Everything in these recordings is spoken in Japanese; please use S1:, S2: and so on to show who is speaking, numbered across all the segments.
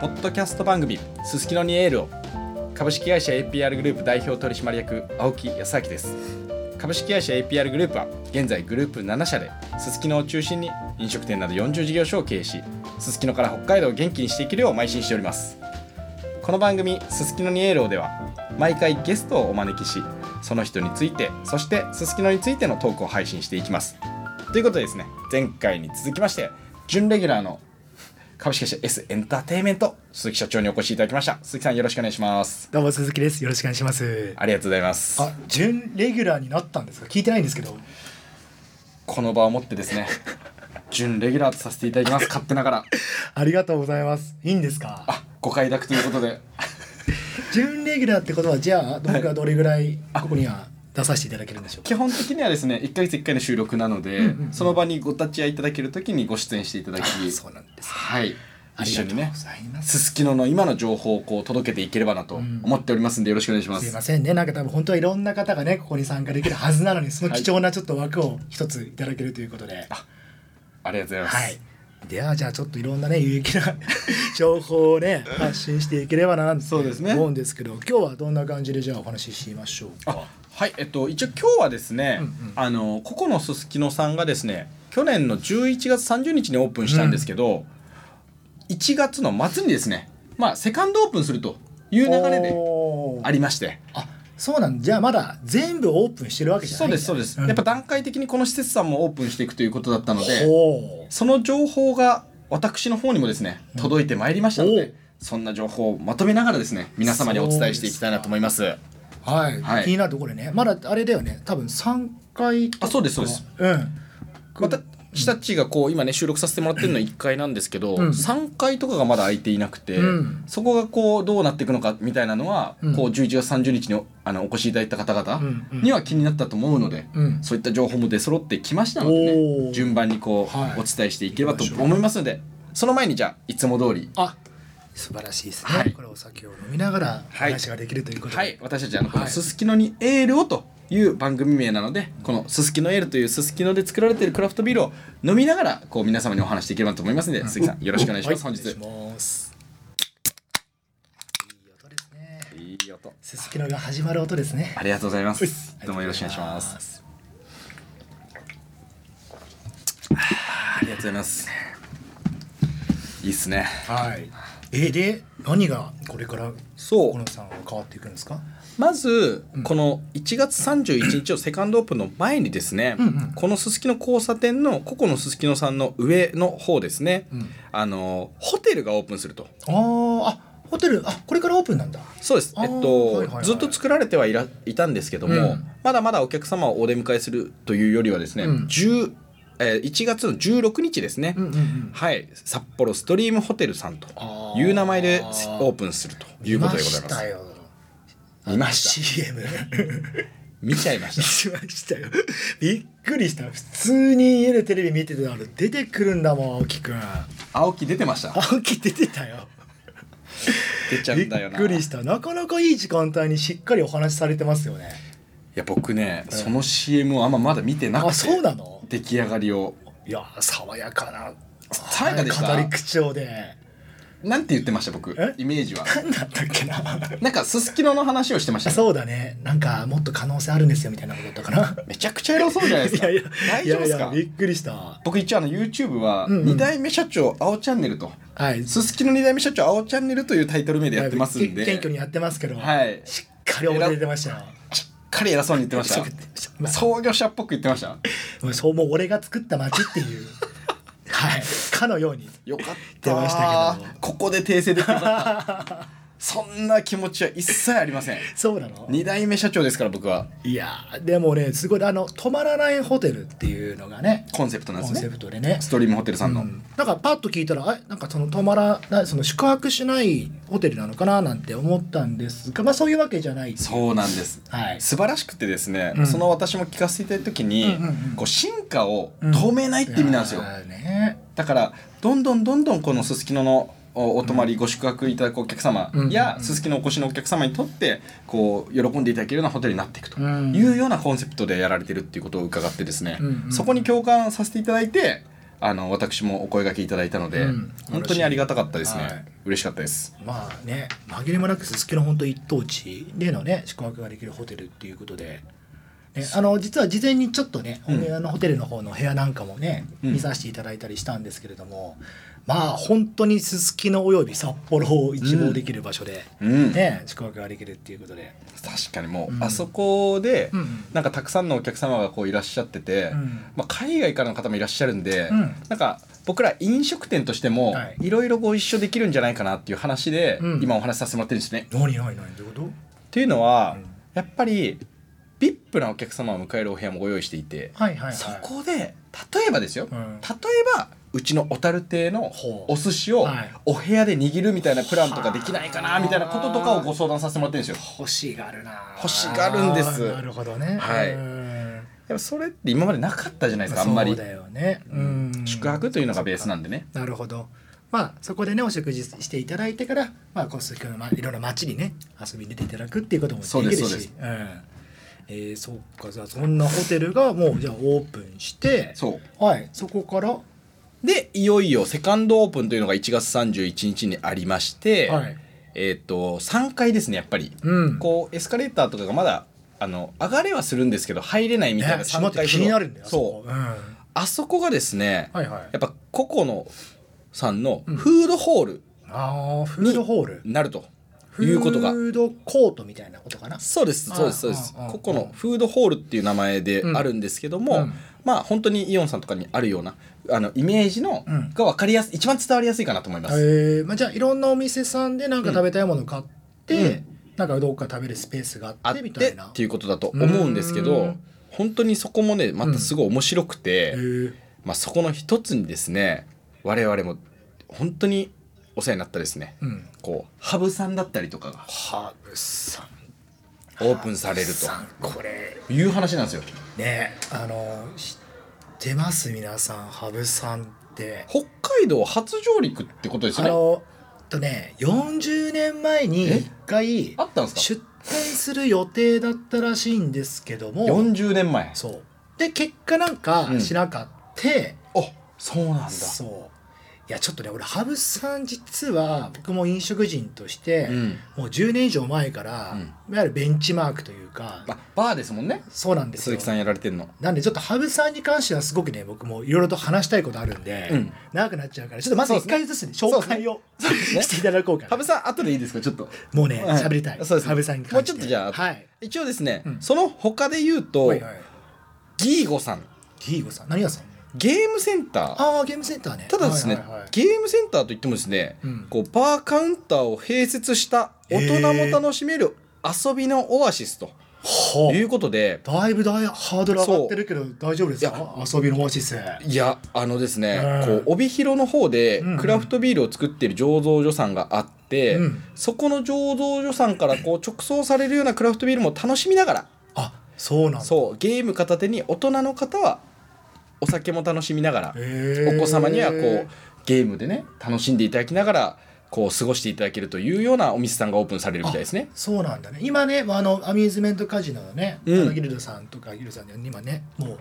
S1: ポッドキャスト番組「すすきのにエールを」株式会社 APR グループ代表取締役青木康明です株式会社 APR グループは現在グループ7社ですすきのを中心に飲食店など40事業所を経営しすすきのから北海道を元気にしていけるよう邁進しておりますこの番組「すすきのにエールを」では毎回ゲストをお招きしその人についてそしてすすきのについてのトークを配信していきますということでですね前回に続きまして準レギュラーの株式会社 S エンターテインメント鈴木社長にお越しいただきました鈴木さんよろしくお願いします
S2: どうも鈴木です。よろしくお願いします。
S1: ありがとうございます
S2: あ、準レギュラーになったんですか。聞いてないんですけど。
S1: この場をもってですね 準レギュラーとさせていただきます勝手ながら
S2: ありがとうございます。いいんですか。
S1: あご快諾ということで
S2: 準レギュラーってことはじゃあ僕がどれぐらいここには出させていただけるんでしょうか。
S1: 基本的にはですね1ヶ月1回の収録なので、その場にご立ち会いいただけるときにご出演していただき
S2: そうなんです。
S1: はい
S2: あ
S1: 一緒
S2: りがと
S1: に
S2: うござい
S1: ね
S2: ます
S1: すすきのの今の情報をこう届けていければなと思っておりますんでよろしくお願いしますす
S2: いませんね。なんか多分本当はいろんな方がねここに参加できるはずなのにその貴重なちょっと枠を一ついただけるということで。
S1: ありがとうございます、
S2: はい。ではじゃあちょっといろんなね有益な 情報をね発信していければななんて
S1: そうですね
S2: 思うんですけど、今日はどんな感じでじゃあお話ししましょうか。
S1: はい、えっと、一応今日はですね、
S2: うんうん
S1: あの、ここのすすきのさんがですね。去年の11月30日にオープンしたんですけど、1月の末にですね、まあ、セカンドオープンするという流れで
S2: おー
S1: ありまして。
S2: あそうなんじゃあまだ全部オープンしてるわけじゃな
S1: そ
S2: い
S1: うです、そうです、
S2: ん
S1: やっぱ段階的にこの施設さんもオープンしていくということだったので、
S2: ほ
S1: その情報が私の方にもですね、届いてまいりましたので。
S2: おー
S1: そんな情報をまとめながらですね皆様にお伝えしていきたいなと思います
S2: うはい、
S1: はい
S2: 気になるところねまだあれだよね多分3回とか
S1: あそうですそうです
S2: うん
S1: 私たちがこう今ね収録させてもらってるの1階なんですけど、
S2: うん
S1: 3階とかがまだ空いていなくて、
S2: うん
S1: そこがこうどうなっていくのかみたいなのは、
S2: うん
S1: こう11月30日にあのお越しいただいた方々
S2: うんうん
S1: には気になったと思うので、
S2: うん
S1: そういった情報も出揃ってきましたので
S2: お
S1: ね
S2: ー
S1: 順番にこう、
S2: はい
S1: お伝えしていければと思いますのでその前にじゃあいつも通り。
S2: あ素晴らしいですね、
S1: はい
S2: これお酒を飲みながら
S1: はい
S2: 話ができるということで、
S1: はい、私たちあのこの
S2: はい
S1: すすきのにエールをという番組名なので、このすすきのエールというすすきので作られているクラフトビールを飲みながらこう皆様にお話していければと思いますので、鈴木さんよろしくお願いします。
S2: は
S1: 本日
S2: お願いしますいい音で
S1: い
S2: すね
S1: い音。
S2: すすきのが始まる音ですね
S1: ありがとうございま
S2: うっ
S1: す。どうもよろしくお願いします。ありがとうございます。いいっすね。
S2: はいえで何がこれから
S1: そ
S2: 小野さんは変わっていくんですか
S1: まず、
S2: うん
S1: この1月31日をセカンドオープンの前にですね、
S2: うんうん
S1: このすすきの交差点のここのすすきのさんの上の方ですね、
S2: うん
S1: あのホテルがオープンすると
S2: あーあホテルあこれからオープンなんだ
S1: そうです
S2: あ
S1: え
S2: ー
S1: っと、
S2: はいはいはい
S1: ずっと作られてはいらいたんですけども、
S2: うん
S1: まだまだお客様をお出迎えするというよりはですね、
S2: うん
S1: 10えー1月の16日ですね、
S2: うんうんうん
S1: はい札幌ストリームホテルさんと
S2: あー
S1: いう名前でオープンするということでございま
S2: 見ました
S1: す
S2: よ
S1: 見ました
S2: CM
S1: 見ちゃいました
S2: 見ましたよびっくりした普通に家でテレビ見てたら出てくるんだもん青木くん
S1: 青木出てました
S2: 青木出てたよ
S1: 出ちゃう
S2: び
S1: ん
S2: っ
S1: だよな
S2: くりしたなかなかいい時間帯にしっかりお話しされてますよね
S1: いや僕ね、その CM をあんままだ見てなくて
S2: あそうなの
S1: 出来上がりを
S2: いやー爽やかな
S1: 爽やかでした
S2: 語り口調で
S1: なんて言ってました僕
S2: え
S1: イメージは
S2: 何だったっけな
S1: なんかすすきのの話をしてましたね
S2: そうだねなんかもっと可能性あるんですよみたいなことだったかな
S1: めちゃくちゃ偉そうじゃ ないですか大丈夫ですか
S2: いやいやびっくりした
S1: 僕一応あの YouTube は
S2: うんうん
S1: 二代目社長青チャンネルと
S2: はい
S1: すすきの二代目社長青チャンネルというタイトル名でやってますんで
S2: け謙虚にやってますけど、
S1: はいし
S2: しっかり覚えててましたよ
S1: しっかり偉そうに言ってまし
S2: しっかり言ってました
S1: た創業者っぽく言ってました
S2: もうそうもう俺が作った街って いうはいかのように
S1: よかった
S2: 出ましたけど
S1: ここで訂正できなかったそんな気持ちは一切ありません
S2: そうなの
S1: 二代目社長ですから僕はい
S2: やーでもねすごいあの泊まらないホテルっていうのがね
S1: コンセプトなん
S2: コ
S1: です
S2: ンセ
S1: ね
S2: プトでね
S1: ストリームホテルさんの、
S2: うんなんかパッと聞いたらあなんかその泊まらないその宿泊しないホテルなのかななんて思ったんですがまあそういうわけじゃない
S1: そうなんです
S2: はい
S1: 素晴らしくてですね、
S2: うん
S1: その私も聞かせていただいた時に、
S2: うんうんうん
S1: こう進化を止めないって意味なんですよ、
S2: いやーね
S1: だからどんどんどんどんこのすすきののおお泊まりご宿泊いただくお客様
S2: うん
S1: や
S2: うん
S1: すすきのお越しのお客様にとってこう喜んでいただけるようなホテルになっていくと
S2: うん
S1: いうようなコンセプトでやられてるっていうことを伺ってですね、
S2: うんうん
S1: そこに共感させていただいてあの私もお声掛けいただいたので、
S2: うん
S1: 本当にありがたかったですね、
S2: はい
S1: 嬉しかったです
S2: まあね紛れもなくすすきの本当一等地でのね宿泊ができるホテルっていうことで、ね、あの実は事前にちょっとね、
S1: うん
S2: あのホテルの方の部屋なんかもね
S1: うん
S2: 見させていただいたりしたんですけれども、まあ本当にすすきのおよび札幌を一望できる場所で、
S1: うん
S2: ね宿泊ができるっていうことで。
S1: 確かにもう、
S2: うん
S1: あそこで、
S2: うん
S1: なんかたくさんのお客様がこういらっしゃってて、
S2: うん
S1: まあ、海外からの方もいらっしゃるんで、
S2: うん
S1: なんか僕ら飲食店としても
S2: はい
S1: いろいろご一緒できるんじゃないかなっていう話で、
S2: うん
S1: 今お話しさせてもらってるんですね。
S2: 何何何どういうこと
S1: っていうのは、
S2: うん
S1: やっぱり VIP なお客様を迎えるお部屋もご用意していて、
S2: はいはいはい
S1: そこで例えばですよ、
S2: う
S1: 例
S2: ん
S1: えばうちの小樽亭の
S2: ほう
S1: お寿司を
S2: はい
S1: お部屋で握るみたいなプランとかできないか
S2: はあ
S1: なみたいなこととかをご相談させてもらってるんですよ。
S2: 欲しがるな
S1: 欲しがるんです
S2: なるほどね
S1: はい
S2: うん
S1: やっぱそれって今までなかったじゃないですかあんまり
S2: そうだよね、うん、
S1: 宿泊というのがベースなんでね
S2: なるほど。まあそこでねお食事していただいてから、まあ、こうすきの、まあ、いろんな街にね遊びに出ていただくっていうこともでき
S1: そう
S2: る
S1: で
S2: し
S1: すそうです
S2: うんえー、そっかじゃあそんなホテルがもうじゃあオープンして
S1: そう
S2: はい、そこから、は
S1: でいよいよセカンドオープンというのが1月31日にありまして、
S2: い
S1: えっ、と3階ですねやっぱり、
S2: うん、
S1: こうエスカレーターとかがまだあの上がれはするんですけど入れないみたいな
S2: ね、閉ま
S1: 3
S2: って
S1: 階
S2: 気になるんだよ
S1: そう
S2: う、うん、は
S1: あそこがですね、
S2: いはい
S1: やっぱココのさんのフードホール
S2: ああフードホール
S1: になるということが
S2: フードコートみたいなことかな
S1: そうですそうですそうです
S2: ああああ
S1: ココのフードホールっていう名前であるんですけども、
S2: うん
S1: まあ本当にイオンさんとかにあるようなあのイメージの
S2: うん
S1: が分かりやすい一番伝わりやすいかなと思います、
S2: えーまあ、じゃあいろんなお店さんでなんか食べたいものを買って、
S1: うんう
S2: なんかどっか食べるスペースがあ
S1: あ
S2: っ
S1: っててっ
S2: みたいな。
S1: ていうことだと思うんですけど、
S2: うん
S1: 本当にそこもねまたすごい面白くて、
S2: へー
S1: まあ、そこの一つにですね我々も本当にお世話になったですね
S2: うん、
S1: こう羽生さんだったりとかが
S2: ハーブさん
S1: オープンされる
S2: さんこれ
S1: という話なんですよ。
S2: ねあの知ってます皆さんハブさんって
S1: 北海道初上陸ってことです
S2: あ
S1: よね。
S2: のえっとね40年前に
S1: え
S2: 一回
S1: あったんですか
S2: 出店する予定だったらしいんですけども
S1: ?40 年前。
S2: そうで結果なん
S1: う
S2: か
S1: ん
S2: しなかって、
S1: あそうなんだ。
S2: そういやちょっとね俺ハブさん実は僕も飲食人として、
S1: うん
S2: もう10年以上前から、
S1: うん
S2: いわゆるベンチマークというか、
S1: あバーですもんね。
S2: そうなんです
S1: 鈴
S2: よ
S1: 木さんやられてるの。
S2: なんでちょっと羽生さんに関してはすごくね僕もいろいろと話したいことあるんで、
S1: うん
S2: 長くなっちゃうからちょっとまず一回ずつね紹介を、
S1: ね
S2: していただこうか
S1: 羽生
S2: な
S1: さん後でいいですかちょっと。
S2: もうね
S1: はい
S2: 喋、りたい
S1: そうです
S2: 羽生さんに関して
S1: もうちょっとじゃあ
S2: はい
S1: 一応ですね、
S2: うん
S1: その他で言うと、
S2: はいはい
S1: ギーゴさん
S2: ギーゴさん何がさん
S1: ゲームセンター。
S2: ああゲームセンターね
S1: ただですね、
S2: はいはいはい
S1: ゲームセンターといってもですね、
S2: うん
S1: こうバーカウンターを併設した大人も楽しめる遊びのオアシスと
S2: ほう
S1: いうことで、
S2: だいぶだいハードル上がってるけど大丈夫ですか遊びのオアシス
S1: いやあのですね、
S2: うん
S1: こう帯広の方で
S2: うんうん
S1: クラフトビールを作っている醸造所さんがあって、
S2: うん
S1: そこの醸造所さんからこう直送されるようなクラフトビールも楽しみながら、
S2: あそうなんだ
S1: そうゲーム片手に大人の方はお酒も楽しみながら、
S2: へー
S1: お子様にはこうゲームでね楽しんでいただきながらこう過ごしていただけるというようなお店さんがオープンされるみたいですね。
S2: そうなんだね今ね、まあ、あのアミューズメントカジノのね、
S1: うん
S2: あのギルドさんとかギルドさんには今ねもう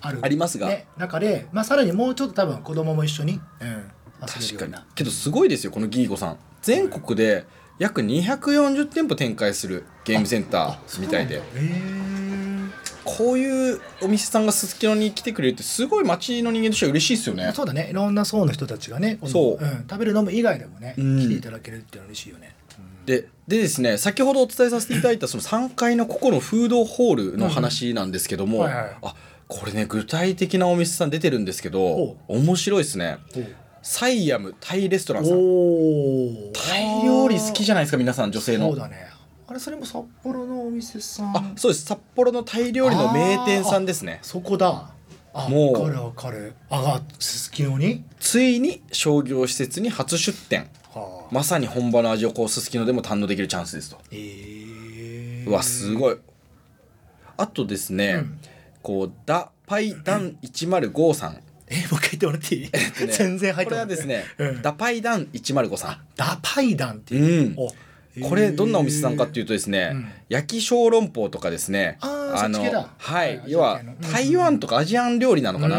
S2: ある
S1: ありますが
S2: ね、中で、まあ、さらにもうちょっと多分子供も一緒に、うん、
S1: 確
S2: 遊べる
S1: か
S2: よう
S1: に
S2: な
S1: けどすごいですよこのギーゴさん全国で約240店舗展開するゲームセンターみたいで
S2: そうなんだ
S1: こういうお店さんがすすきのに来てくれるってすごい町の人間としては嬉しいですよ
S2: へー
S1: ね
S2: そうだねいろんな層の人たちがねこの、
S1: そうん
S2: 食べる飲む以外でもね、
S1: うん
S2: 来ていただけるっていうのは嬉しいよね、
S1: ででですね先ほどお伝えさせていただいたその3階のここのフードホールの話なんですけども、
S2: うんはいはい
S1: あこれね具体的なお店さん出てるんですけど
S2: ほ
S1: 面白いですねサイヤムタイレストランさん
S2: おお
S1: タイ料理好きじゃないですか皆さん女性の
S2: そうだねあれそれも札幌のお店さん
S1: あそうです札幌のタイ料理の名店さんですね
S2: そこだあ
S1: もう
S2: わかるわかるあがすすきのに
S1: ついに商業施設に初出店
S2: はあ
S1: まさに本場の味をこうすすきのでも堪能できるチャンスですと
S2: えー
S1: うわすごいあとですね、
S2: うん
S1: こうダパイダン105さん
S2: えもう一回言ってもらっていい、
S1: とね
S2: 全然入って
S1: これはですね、
S2: うん
S1: ダパイダン105さん
S2: ダパイダンって
S1: う
S2: いう、
S1: ん
S2: お
S1: これどんなお店さんかってい
S2: い
S1: うとですね、
S2: うん
S1: 焼き小籠包とかですね
S2: あーそっち系だ
S1: は
S2: はいい
S1: 要は
S2: アジア系の
S1: 台湾とかアジアン料理なのかな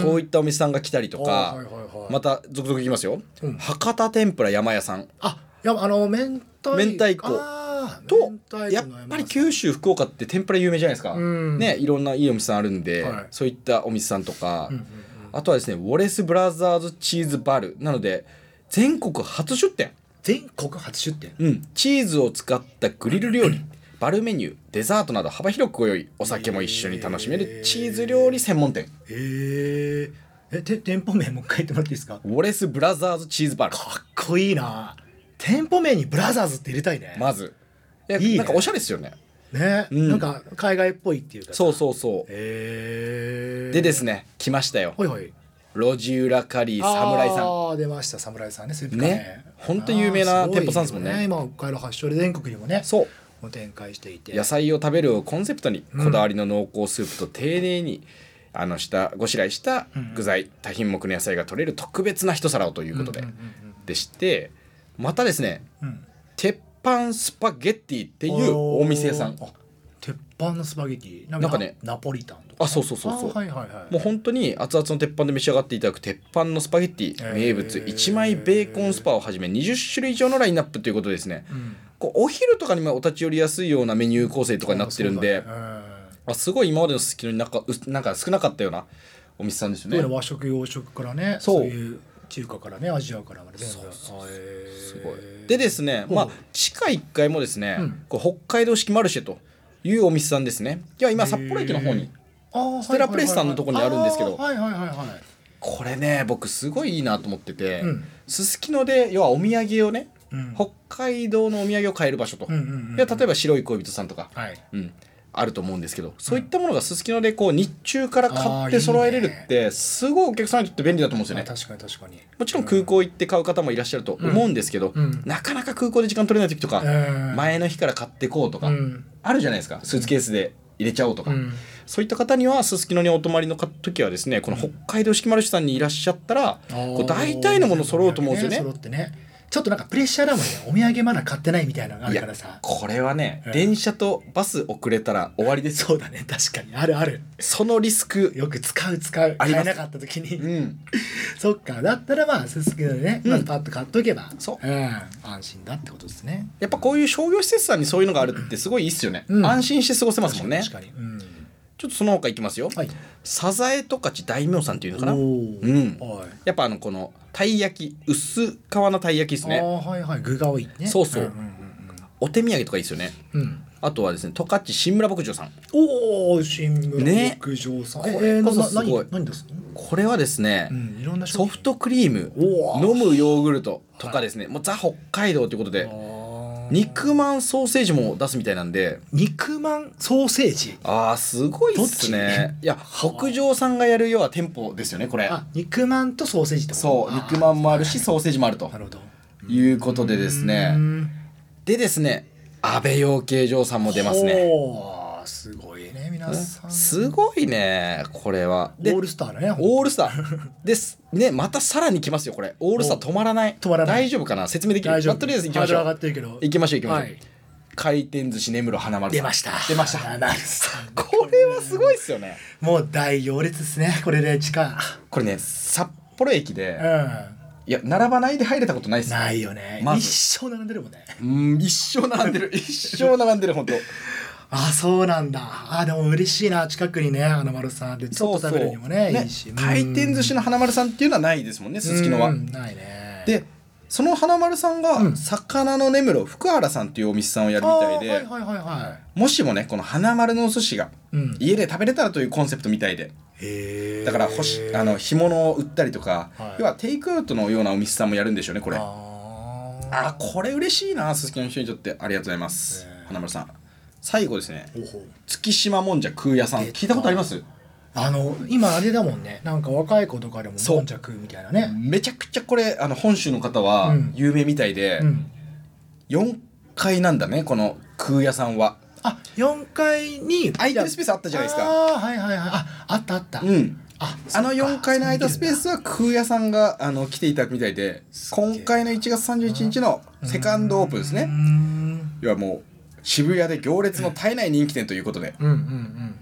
S1: そうい
S2: い
S1: ったお店さんが来たりとか
S2: はいはいはい、
S1: また続々いきますよ
S2: うん
S1: 博多天ぷら山屋さん
S2: あいやあの明太
S1: 明太子
S2: あー
S1: と
S2: 明太子の
S1: やっぱり九州福岡って天ぷら有名じゃないですか、
S2: うん
S1: ね、いろんないいお店さんあるんで、
S2: はい
S1: そういったお店さんとか、
S2: うんうんうん
S1: あとはですねウォレスブラザーズチーズバルなので全国初出店、
S2: 全国初出店
S1: うん、チーズを使ったグリル料 理バルメニューデザートなど幅広くご用意お酒も一緒に楽しめ
S2: へ
S1: る
S2: ー
S1: チーズ料理専門店
S2: えー、えて店舗名もう一回言ってもらっていいですか
S1: ウォレスブラザーズチーズバル
S2: かっこいいな店舗名にブラザーズって入れたいね,、
S1: まずいや
S2: いいね
S1: なんかおしゃれですよね
S2: ね
S1: うん
S2: なんか海外っぽいっていうか
S1: そううそうそう
S2: えー、
S1: でですね来ましたよ
S2: ほいほい
S1: 路地裏カリー侍さん
S2: ああ出ました侍さんねスープカレー
S1: ねほんと有名な
S2: あーごい
S1: 店舗さんですもんね
S2: 今北海道発祥で全国にもね
S1: そう
S2: もう展開していて
S1: 野菜を食べるをコンセプトにこだわりの濃厚スープと丁寧に、あのしたごしらえした具材、多品目の野菜が取れる特別な一皿をということで、
S2: うんうんうん
S1: でしてまたですね
S2: うんうん
S1: 鉄板スパゲッティっていうお店屋さん
S2: あ鉄板のスパゲティなん
S1: なんかね
S2: ナポリタンとか
S1: あそうそうそうそう
S2: あーはいはいはい
S1: もう本当に熱々の鉄板で召し上がっていただく鉄板のスパゲッティ、
S2: へー
S1: 名物1枚ベーコンスパをはじめ20種類以上のラインナップということでですね
S2: うん
S1: こうお昼とかにもお立ち寄りやすいようなメニュー構成とかになってるんで、
S2: そうだね
S1: あすごい今までのすすきのになんかうなんか少なかったようなお店さんです
S2: う
S1: よ
S2: ん
S1: ね
S2: だから和食洋食からね
S1: そう
S2: そういう中華からねアジアからまで全部あーへー
S1: すごいでですね、
S2: ほう
S1: まあ、地下1階もですね、
S2: うん
S1: こう北海道式マルシェというお店さんですねいや今
S2: へー
S1: 札幌駅の方に
S2: あー
S1: ステラプレスさんのとこにあるんですけど
S2: はいはいはいはいあーはいはいはいはい
S1: これね僕すごいいいなと思ってて
S2: うん
S1: すすきので要はお土産をね、
S2: うん
S1: 北海道のお土産を買える場所と、
S2: うんうんうん
S1: で例えば白い恋人さんとか、
S2: はい
S1: うん、あると思うんですけどそういったものがすすきのでこう日中から買
S2: あ
S1: っ
S2: ー
S1: て揃えれ
S2: い
S1: る
S2: いね
S1: ってすごいお客さんにとって便利だと思うんですよね
S2: あ。確かに確かに
S1: もちろん空港行って買う方もいらっしゃると思うんですけど、
S2: うん
S1: なかなか空港で時間取れない時とか、
S2: うん
S1: 前の日から買ってこうとか、
S2: うん
S1: あるじゃないですかスーツケースで入れちゃおうとか、
S2: うん
S1: そういった方にはすすきのにお泊まりの時はですねこの北海道式マルシェさんにいらっしゃったらこう大体のもの揃うと思うんですよね。
S2: お土産揃ってねちょっとなんかプレッシャーだもんねお土産まだ買ってないみたいなのがあ
S1: い
S2: る
S1: や
S2: からさ
S1: これはね、
S2: うん
S1: 電車とバス遅れたら終わりですよ
S2: そうだね確かにあるある
S1: そのリスク、
S2: よく使う使う
S1: あり
S2: 買
S1: ま
S2: え
S1: す
S2: なかった時に、
S1: うん、
S2: そっかだったらまあすすきのでね、
S1: うん
S2: まずパッと買っとけば
S1: そう
S2: うん、安心だってことですね
S1: やっぱこういう商業施設さんにそういうのがあるってすごいいいっすよね、
S2: うん
S1: 安心して過ごせますもんね
S2: 確かに確かにうん
S1: ちょっとその他いきますよ、
S2: はい
S1: サザエとかち大名さんっていうのかな
S2: ー
S1: うん
S2: はい
S1: やっぱあのこのたい焼き薄皮のたい焼きです
S2: あ
S1: ね
S2: ーはいはい具が多いね
S1: そうそうん
S2: ん
S1: お手土産とかいいですよね
S2: うんうん
S1: あとはですね十勝新村牧場さん
S2: おお新聞
S1: ね
S2: 牧場さん、
S1: これ
S2: えー
S1: こそ
S2: な
S1: すごい
S2: 何何出すの
S1: これはですね、
S2: うんいろんな
S1: ソ
S2: 商品
S1: フトクリーム
S2: おー
S1: 飲むヨーグルトとかですね、もうザ北海道ということで
S2: あー
S1: 肉まんソーセージも出すみたいなんで
S2: 肉まんソーセージ
S1: あーすごいっすねいや北上さんがやるような店舗ですよねこれ
S2: あ肉まんとソーセージってこと
S1: そう
S2: あー
S1: 肉まんもあるしソーセージもあると
S2: なるほど
S1: いうことでですね
S2: うん
S1: でですね安倍養鶏場さんも出ますね
S2: おーすごいね皆さん
S1: すごいねこれは
S2: オ
S1: で
S2: ールスターだね
S1: オールスターですねまたさらに来ますよこれオールスター止まらない
S2: 止まらない
S1: 大丈夫かな説明できる
S2: 大丈
S1: まあ
S2: 夫
S1: とりあえず行きましょ
S2: ハードル上が
S1: う
S2: ってるけど
S1: 行きましょう行きましょう、
S2: はい
S1: 回転寿司根室花丸さん
S2: 出ました
S1: 出ました
S2: あなるほど
S1: これはすごいっすよね
S2: もう大行列ですねこれで地下
S1: これね札幌駅で、
S2: う
S1: いや並ばないで入れたことないっ
S2: ん
S1: す
S2: ないよね、
S1: まず
S2: 一生並んでるもんね
S1: うん一生並んで る一生並んでる本当
S2: あそうなんだあでも嬉しいな近くにね花丸さんでちょっと食べるにもねいいし、
S1: 回転寿司の花丸さんっていうのはないですもんねすすきのは、
S2: うんないね
S1: でその花丸さんが、
S2: うん
S1: 魚の根室福原さんっていうお店さんをやるみたいで、
S2: あーはいはいはいは
S1: もしもねこの花丸のお寿司が
S2: いうん
S1: 家で食べれたらというコンセプトみたいで
S2: へー
S1: だから干しあの干物を売ったりとか、
S2: はい
S1: 要はテイクアウトのようなお店さんもやるんでしょうねこれあ
S2: あー
S1: あこれ嬉しいなすすきの人にとってありがとうございます
S2: ね
S1: 花丸さん最後ですね
S2: ほうほう
S1: 月島もんじゃ空屋さん
S2: 出た
S1: 聞いたことあります
S2: あの今あれだもんねなんか若い子とかでも
S1: そう
S2: 悶着みたいなね
S1: めちゃくちゃこれあの本州の方は
S2: うん
S1: 有名みたいで、
S2: うん
S1: 4階なんだねこの空屋さんは
S2: あ四4階に
S1: 空いてるスペースあったじゃないですか
S2: あーはいはいはいああったあった、
S1: うん
S2: あ
S1: あの4階の空いたスペー
S2: ス
S1: スは空屋さんがあの来ていたみたいで今回の1月31日のセカンドオープンですね
S2: うん
S1: 要はもう渋谷で行列の絶えない人気店ということで
S2: うんうんうんう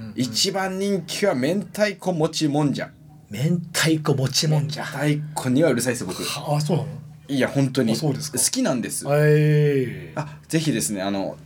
S2: ん
S1: 一番人気は明太子もちもんじゃ
S2: 明太子もちもんじゃ
S1: 明太子にはうるさいです僕
S2: あそうなの
S1: いや本当に
S2: あそうですか
S1: 好きなんです
S2: ええ
S1: あぜひですねあの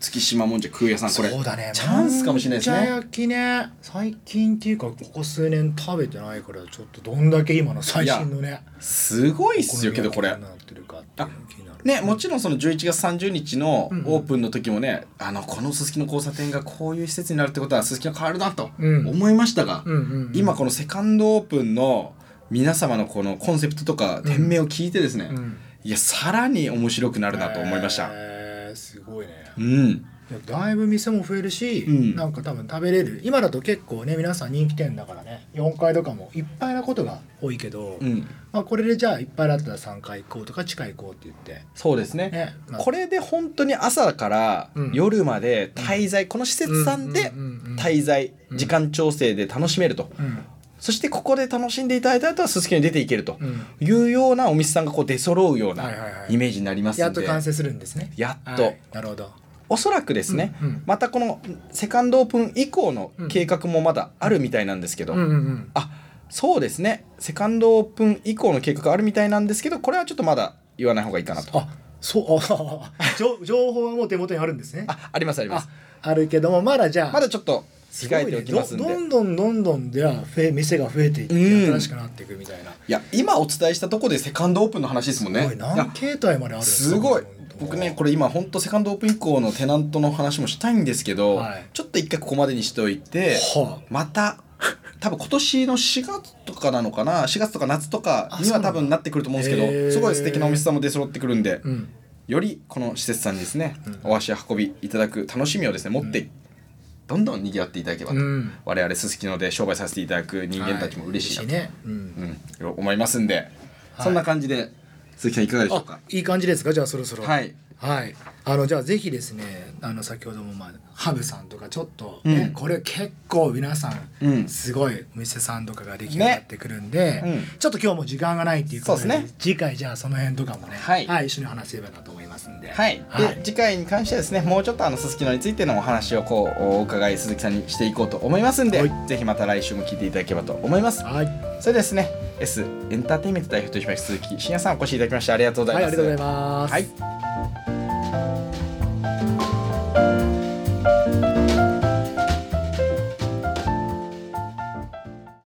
S1: 月島もんじゃ空屋さんこれ
S2: そうだね
S1: チャンスかもしれないです
S2: もんじゃ
S1: ね
S2: 焼きね最近っていうかここ数年食べてないからちょっとどんだけ今の最新のね
S1: すごいっ
S2: お好
S1: す
S2: み
S1: よけど
S2: 焼き
S1: これ
S2: どうなってるかっていうの気になる
S1: ね、もちろんその11月30日のオ
S2: うんうん
S1: ープンの時もね、あのこのすすきの交差点がこういう施設になるってことはすすきの変わるなと
S2: うん
S1: 思いましたが、
S2: うんうんうん
S1: 今このセカンドオープンの皆様のこのコンセプトとか店名を聞いてですね、
S2: うん
S1: いやさらに面白くなるなと思いました、
S2: えーすごいね
S1: うん
S2: いやだいぶ店も増えるし、
S1: うん
S2: なんか多分食べれる今だと結構ね皆さん人気店だからね4階とかもいっぱいなことが多いけど、
S1: うん
S2: まあ、これでじゃあいっぱいだったら3階行こうとか地下行こうって言って、
S1: そうですね
S2: ねまあ、
S1: これで本当に朝から
S2: うん
S1: 夜まで滞在、この施設さんで
S2: うんうんうんうん
S1: 滞在、
S2: うん
S1: 時間調整で楽しめると、
S2: うん
S1: そしてここで楽しんでいただいた後はすすきに出ていけると
S2: うん、
S1: いうようなお店さんがこう出揃うような
S2: はいはいはい
S1: イメージになります
S2: やっ
S1: の
S2: と
S1: で、
S2: 完成するんですね
S1: やっと
S2: はいなるほど
S1: おそらくですね、
S2: うんうん
S1: またこのセカンドオープン以降の計画もまだあるみたいなんですけど、
S2: うんうんうん
S1: あそうですねセカンドオープン以降の計画あるみたいなんですけどこれはちょっとまだ言わない方がいいかなと。
S2: あそうあ 情情報はもう手元にあるんですね
S1: あありますあります
S2: あ。あるけどもまだじゃあ
S1: まだちょっと
S2: す
S1: 控
S2: ご
S1: え
S2: い
S1: て
S2: ね
S1: おきますんで。
S2: どどんどんどんどんでは増え店が増えていって
S1: うん
S2: 新しくなっていくみたいな、
S1: いや今お伝えしたとこでセカンドオープンの話ですもんね
S2: すごい。
S1: いや
S2: 何形態まであるんです
S1: ごい僕ねこ
S2: れ
S1: れ今本当セカンドオープン以降のテナントの話もしたいんですけど、
S2: はい
S1: ちょっと一回ここまでにしておいて
S2: は
S1: また多分今年の4月とかなのかな4月とか夏とかには
S2: あそうなんだ
S1: 多分なってくると思うんです
S2: へ
S1: けど
S2: ー
S1: すごい素敵なお店さんも出揃ってくるんで、
S2: あうん
S1: よりこの施設さんにですね、
S2: うん
S1: お足運びいただく楽しみをですね持って、どんどん賑わっていただければと、
S2: うん
S1: 我々すすきので商売させていただく人間たちも嬉しいなと
S2: はね、うん
S1: うん、思いますんで、そんな感じで鈴木さんいかがでしょう
S2: あ
S1: か
S2: いい感じですかじゃあそろそろ
S1: はい
S2: はいあのじゃあぜひですねあの先ほども、まあ、ハブさんとかちょっと、ね
S1: うん
S2: これ結構皆さん、
S1: うん
S2: すごいお店さんとかが出来上がってくるんで、
S1: ねうん
S2: ちょっと今日も時間がないっていうことで
S1: そうですね
S2: 次回じゃあその辺とかもね、
S1: はい
S2: 一緒に話せればなと思いますんでは
S1: はい、で次回に関してはですねもうちょっとあのすすきのについてのお話をこうお伺い鈴木さんにしていこうと思いますんで、
S2: はい
S1: ぜひまた来週も聞いていただければと思います
S2: はい、
S1: それではですね S エンターテインメント代表取締役鈴木真也さんお越しいただきましてありがとうござ
S2: はい
S1: ま
S2: い、ありが
S1: す、
S2: とうございます、
S1: はい